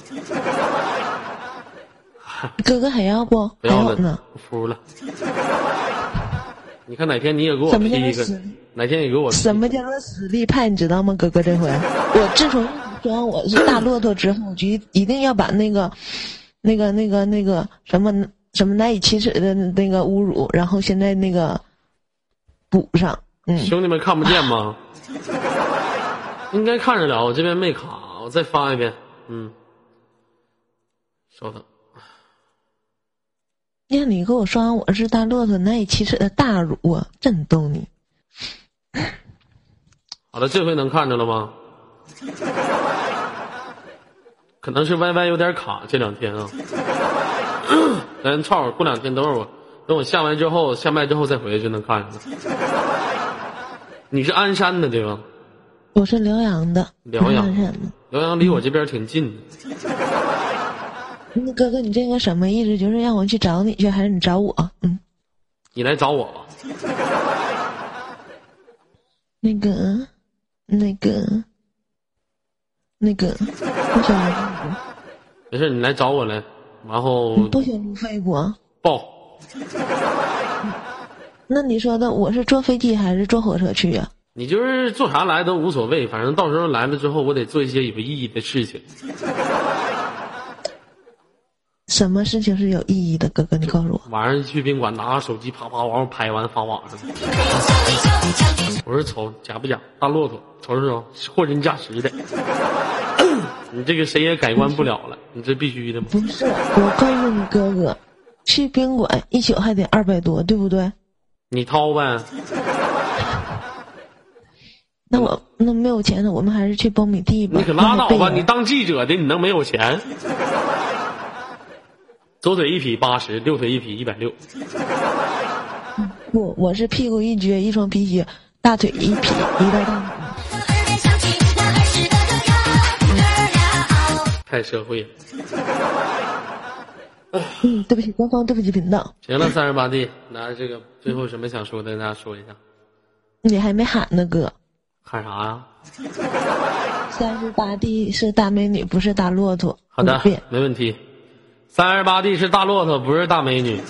哥哥还要不？
不
还
要
有
了
呢？，
哎服了。 你看哪天你也给我
怎
批
么叫
一个
死，
哪天也给我 P
什么叫做实力派？你知道吗，哥 哥？这回我自从说完我是大骆驼之后，我就一定要把那个、那个、那个、那个什么什么难以启齿的那个侮辱，然后现在那个补上。嗯，
兄弟们看不见吗？应该看着了，我这边没卡，我再发一遍。嗯，稍等，
让你给我说完我是大骆驼难以启齿的大辱啊，震动你！
好了，这回能看着了吗？ 可能是 YY 有点卡，这两天啊。 咱操，过两天等会儿我等我下完之后，下麦之后再回去就能看上了。你是鞍山的对吧？
我是辽阳的，
辽阳
人。
辽阳离我这边挺近的，
那哥哥，你这个什么意思？就是让我去找你去，还是你找我？嗯，
你来找我，
那个，那个，那个，不想撸肺
没事，你来找我来，然后
骨，不想撸肺骨。
报，
那你说的我是坐飞机还是坐火车去啊呀、
你就是做啥来都无所谓，反正到时候来了之后，我得做一些有意义的事情。
什么事情是有意义的？哥哥，你告诉我。
晚上去宾馆拿个手机啪啪往上拍完发网上。我说瞅假不假，大骆驼，瞅瞅瞅，货真价实的。 你这个谁也改观不了了，你这必须的嘛。
不是，我告诉你，哥哥，去宾馆一宿还得二百多，对不对？
你掏呗，
那我那没有钱了，我们还是去苞米地 吧。
你可拉 倒
那
吧！
还
你当记者的，你能没有钱？ 左腿一劈八十，右腿一劈一百六。
不，我是屁股一撅，一双皮靴，大腿一劈，一道大腿。
耳边响起那儿时的歌谣，歌谣。
太社会了。
嗯，对不起，官方，对不起，频道，
行了，三十八弟，那这个最后有什么想说的，大家说一下。
你还没喊呢，哥。
喊啥呀、
三十八 D 是大美女，不是大骆驼。
好的
五遍，
没问题。三十八 D 是大骆驼，不是大美女。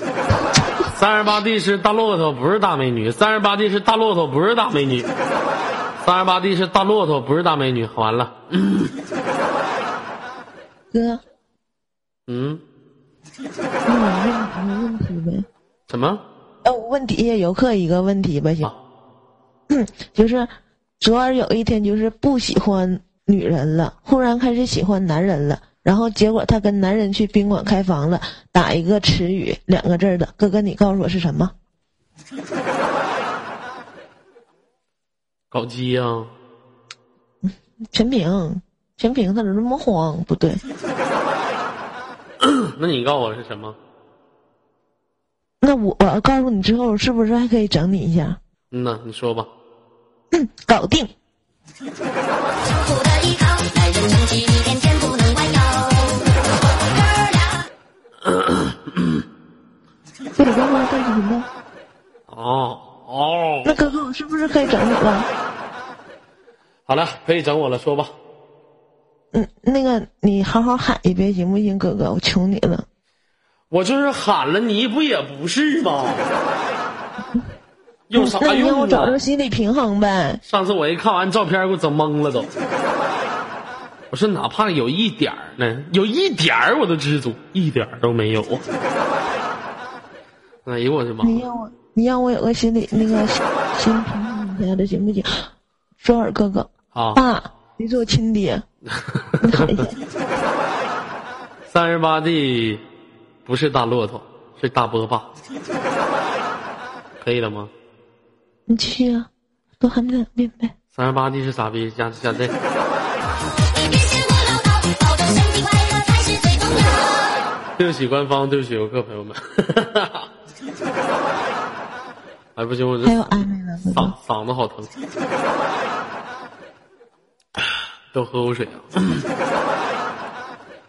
三十八 D 是大骆驼，不是大美女。三十八 D 是大骆驼，不是大美女。三十八 D 是大骆驼，不是大美女。完了，
哥，
嗯，
那我问你个问题呗。
什么？
呃，我问底下游客一个问题吧，行
啊？
就是昨儿有一天，就是不喜欢女人了，忽然开始喜欢男人了，然后结果他跟男人去宾馆开房了，打一个词语两个字儿的，哥哥你告诉我是什么？
搞基呀、
全屏，全屏，他怎么那么慌？不对，
那你告诉我是什么？
那我我要告诉你之后，是不是还可以整你一下？
嗯呐，你说吧。
嗯，搞定。
受苦的依靠，男人成绩一天天不能弯腰。
对，哥哥干什么？
哦哦，
那哥哥，我是不是可以整你了？
好了，可以整我了，说吧。
嗯，那个你好好喊一遍行不行，哥哥？我求你了。
我就是喊了你，不也不是 吗？有
那
啥
你让哎我
用
找
啊
着？心理平衡呗。
上次我一看完照片，给我整懵了都。我说哪怕有一点儿呢，有一点儿我都知足，一点儿都没有。哎呦我的妈！
你让我，你让我有个心理那个心心理平衡一下的行不行？周尔哥哥，
啊，
爸，你是我亲爹，你喊一下。
三十八 D 不是大骆驼，是大波霸。可以了吗？
你继续啊，多喊两遍呗。
三十八 D 是傻逼加加这。
你别嫌我唠叨，保证身体快乐才是最重要。
对不起官方，对不起游客朋友们。 哎，不行，我这
还有安慰了，哥
嗓
哥。
嗓子好疼，多喝口水啊！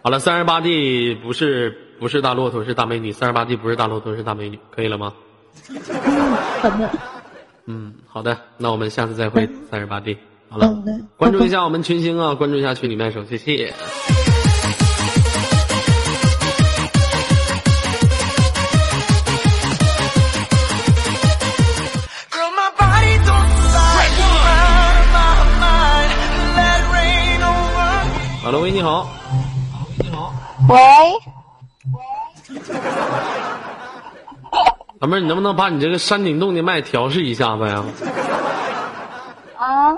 好了，三十八 D 不是不是大骆驼，是大美女。三十八 D 不是大骆驼，是大美女，可以了吗？
好的，
嗯，好的，那我们下次再会，三十八 D。好了
好的，
关注
嗯拜拜
一下我们群星啊，关注一下群里面手，谢谢。
Girl, my body don't lie. Mind, my mind, let it rain over me.
马龙威你好，
喂，
老妹儿，你能不能把你这个山顶洞的麦调试一下子呀？
啊，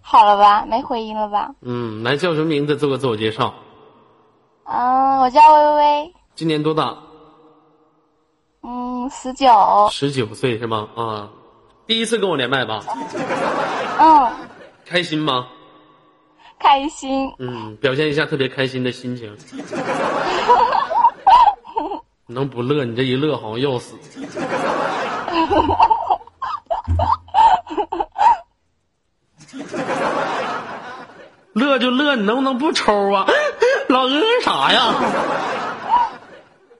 好了吧，没回音了吧？
嗯，来叫什么名字？做个自我介绍。
啊
嗯，我叫薇薇，
今年多大？
嗯，十九，
十九岁是吗？啊，第一次跟我连麦吧？
嗯，
开心吗？
开心，
嗯，表现一下特别开心的心 情。能不乐？你这一乐好像要死。乐就乐，你能不能不抽啊？老鹅啥呀？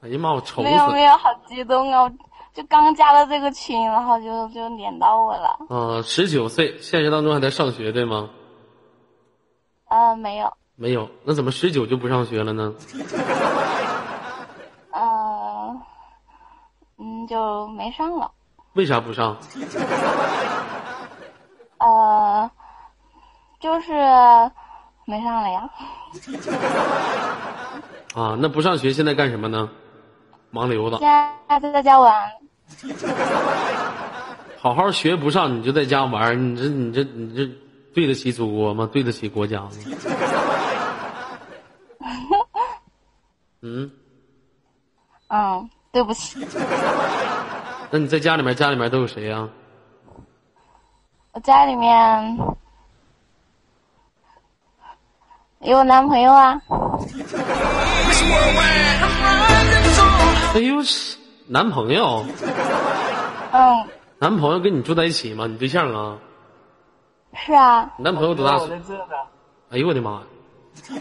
哎呀妈，我愁死
没有没
了。
有，好激动啊！我就刚加了这个群，然后就就连到我了。
啊，十九岁，现实当中还在上学对吗？
呃，没有，
没有，那怎么十九就不上学了呢？
呃，嗯，就没上了。
为啥不上？
呃，就是没上了呀。
啊，那不上学现在干什么呢？忙流子
现，在就在家玩，
好好学不上，你就在家玩儿，你这你这你这对得起祖国吗？对得起国家吗？嗯，
嗯，对不起，
那你在家里面，家里面都有谁呀、啊
我家里面有男朋友啊，
哎呦，男朋友，
嗯，
男朋友跟你住在一起吗？你对象啊？
是啊，
你男朋友多大岁？哎呦我的妈呀！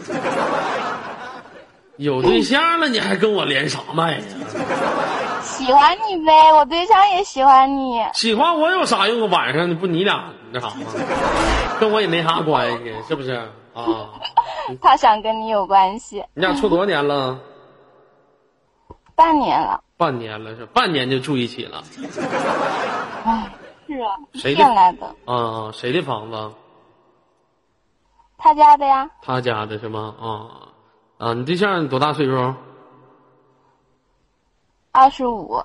有对象了，你还跟我连啥麦呀？
喜欢你呗，我对象也喜欢你，
喜欢我有啥用啊？晚上你不你俩那啥吗？跟我也没啥关系，是不是啊？
他想跟你有关系，
你俩处多少年了？
半年了，
半年了是？半年就住一起了
是啊，
谁的
骗来的，
啊？谁的房子？
他家的呀，
他家的是吗？啊啊！你对象多大岁数？
二十五，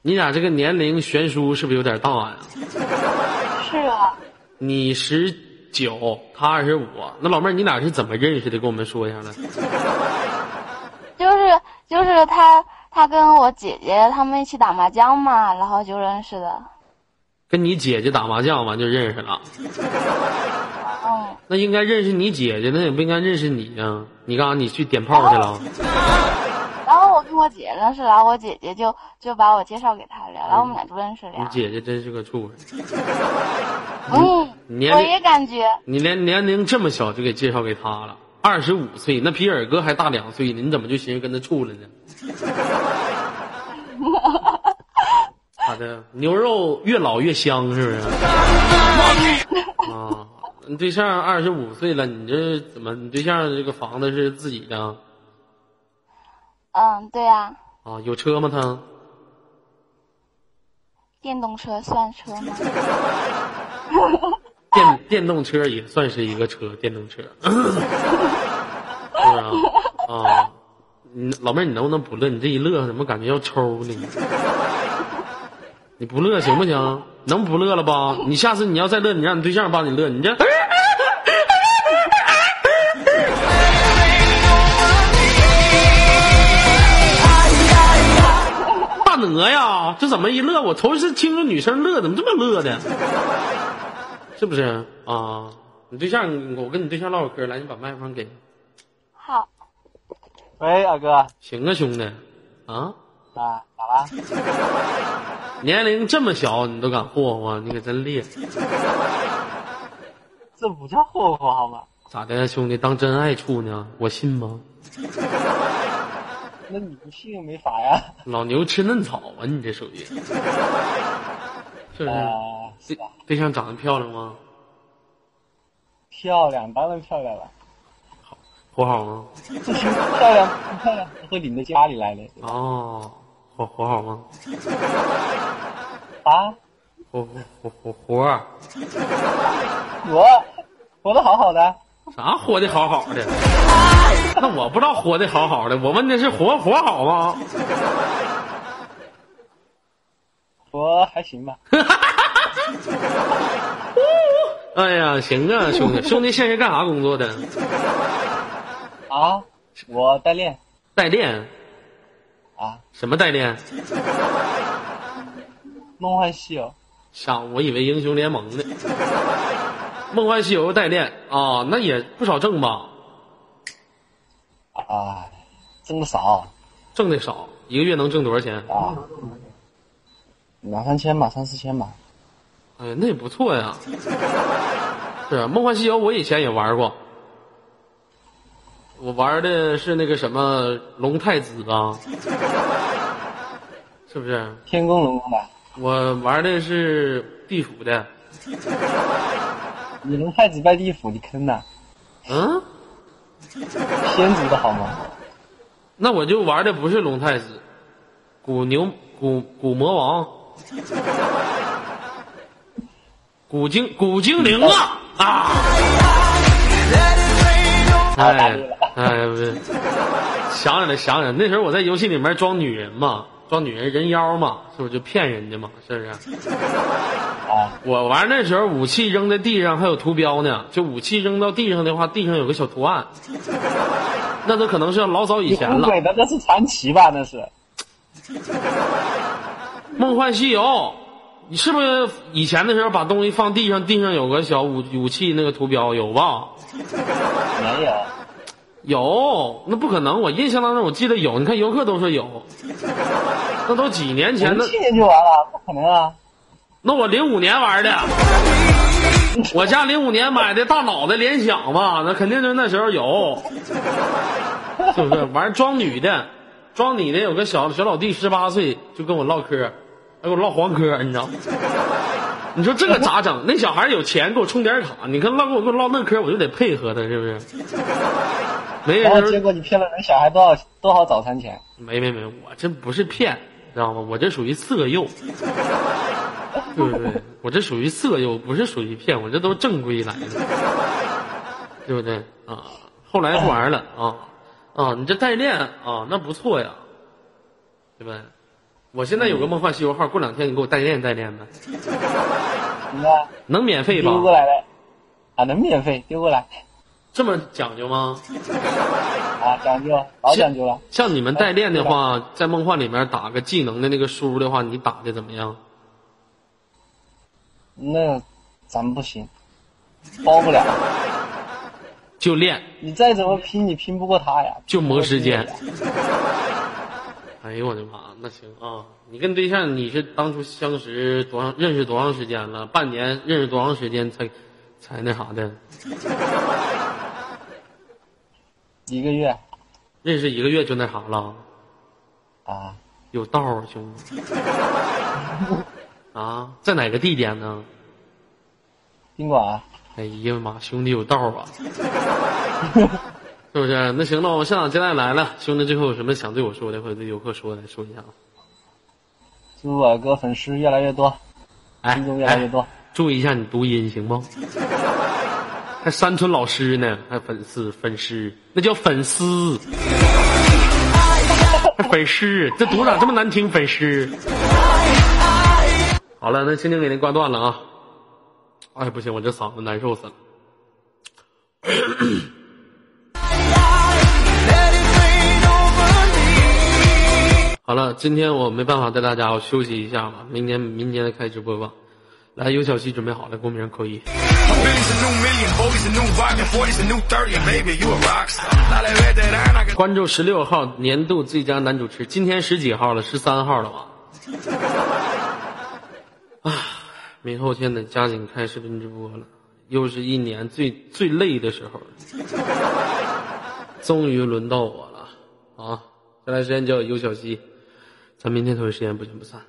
你俩这个年龄悬殊是不是有点大呀？
是啊，
你十九，他二十五，那老妹儿你俩是怎么认识的？跟我们说一下来。
就是就是他他跟我姐姐他们一起打麻将嘛，然后就认识的，
跟你姐姐打麻将完就认识了，
嗯，
那应该认识你姐姐，那也不应该认识你呀、你干啥？你去点炮去了？
然后我跟我姐认识，然后我姐姐就就把我介绍给他了，然后我们俩就认识了
你
呀，
姐姐真是个 畜生，
嗯，
年
我
龄
也感觉，
你连年龄这么小就给介绍给他了，二十五岁，那比尔哥还大两岁呢，你怎么就寻思跟他处了呢？ 咋的？牛肉越老越香是不是？ 啊，你对象二十五岁了，你这怎么？你对象这个房子是自己的啊
嗯，对啊，
啊？有车吗他？
电动车算车吗？
电电动车也算是一个车，电动车，是不是啊？啊，你老妹儿，你能不能不乐？你这一乐，怎么感觉要抽呢？你不乐行不行？能不乐了吧？你下次你要再乐，你让你对象帮你乐，你这。大鹅呀，这怎么一乐？我头一次听着女生乐，怎么这么乐的？是不是啊？你对象，我跟你对象唠会嗑，来，你把麦克风给。
好，
喂，二哥
行啊，兄弟，啊，
啊，咋了？
年龄这么小你都敢霍霍，你可真厉害！
这不叫霍霍好吗？
咋的，兄弟，当真爱处呢？我信吗？
那你不信没法 呀？
老牛吃嫩草啊，你这属于，是不是？
啊，是
对
吧？
对象长得漂亮吗？
漂亮，当然漂亮了。
活好吗？
这是漂亮不漂亮不会领到家里来的
哦，活活好吗？
啊！
活活活活活啊儿，
我活得好好的，
啥活的好好的？ 那我不知道活的好好的，我问的是活活好吗？
我还行吧。
哎呀，行 啊，兄弟，兄弟现在干啥工作的？
啊，我代练
代练？
啊，
什么代练？
《梦幻西游》
啥？我以为英雄联盟呢。 梦幻西游代练啊，那也不少挣吧？
啊，挣的少
挣的少，一个月能挣多少钱？
啊，两三千吧，三四千吧。
哎呀，那也不错呀。是啊，《梦幻西游》我以前也玩过，我玩的是那个什么龙太子 啊，是不是？
天宫龙宫吧？
我玩的是地府的，
你龙太子拜地府，你坑呐？
嗯，
天族的好吗？
那我就玩的不是龙太子，古牛古古魔王，古精古精灵啊啊！哎哎，不是，想起来想起来，那时候我在游戏里面装女人嘛，装女人人妖嘛，是不是就骗人家嘛？是不是？
啊，
我玩那时候武器扔在地上还有图标呢，就武器扔到地上的话，地上有个小图案，那都可能是老早以
你
前
误
了。
会的，那是传奇吧？那是。
梦幻西游，你是不是以前的时候把东西放地上，地上有个小武武器那个图标有吧？
没有，
有，那不可能，我印象当中我记得有，你看游客都说有，那都几年
我
前的
们，去年就玩了，不可能啊！
那我零五年玩的，我家零五年买的大脑袋联想嘛，那肯定就是那时候有， 是 不是？玩装女的，装女的有个小小老弟十八岁就跟我唠嗑，还给我唠黄嗑，你知道吗？ 你说这个咋整？那小孩有钱给我充点卡，你看唠给我给我唠那嗑，我就得配合他，是不是？没人
然
时
后
候
结果你骗了人小孩多少多少早餐钱？
没没没，我这不是骗，知道吗？我这属于色诱，对不对？我这属于色诱，不是属于骗，我这都正规来的，对不对啊？后来不玩了啊啊！你这代练啊，那不错呀，对吧？我现在有个梦幻西游号，过两天你给我代练代练呗，
你看
能免费吧？
丢过来的，啊，能免费丢过来
这么讲究吗？
啊，讲究老讲究了。
像你们代练的话，在梦幻里面打个技能的那个书的话，你打的怎么样？
那咱们不行，包不了。
就练。
你再怎么拼，你拼不过他呀。
就磨时间。 哎呦我的妈，那行啊！你跟对象你是当初相识多长，认识多长时间了？半年认识多长时间才，才那啥的？
一个月
认识一个月就那啥了？
啊，
有道啊，兄弟！啊，在哪个地点呢？
宾馆啊，
哎呀妈，兄弟有道啊！是不是？那行了，我现场接待来了，兄弟，最后有什么想对我说的，或者对游客说的，说一下啊。
祝我哥粉丝越来越多，
哎，
听众越来越
哎
多。
注意一下你读音行不？还山村老师呢？还粉丝粉丝，那叫粉丝。还粉丝，这读咋这么难听？粉丝。好了，那轻轻给您挂断了啊！哎，不行，我这嗓子难受死了。好了，今天我没办法带大家，我休息一下吧。明天明天再开直播吧。来，有小七准备好了，给我鸣人扣一。
A billion's a new million, boys a new rockin', 40's a new 30, and baby, you a rock star. La la la, that I like
关注十六号年度最佳男主持，今天十几号了？十三号了吧？啊，明后天得加紧开视频直播了，又是一年最最累的时候了。终于轮到我了啊！接下来时间交给尤小溪，咱明天同一时间不见不散。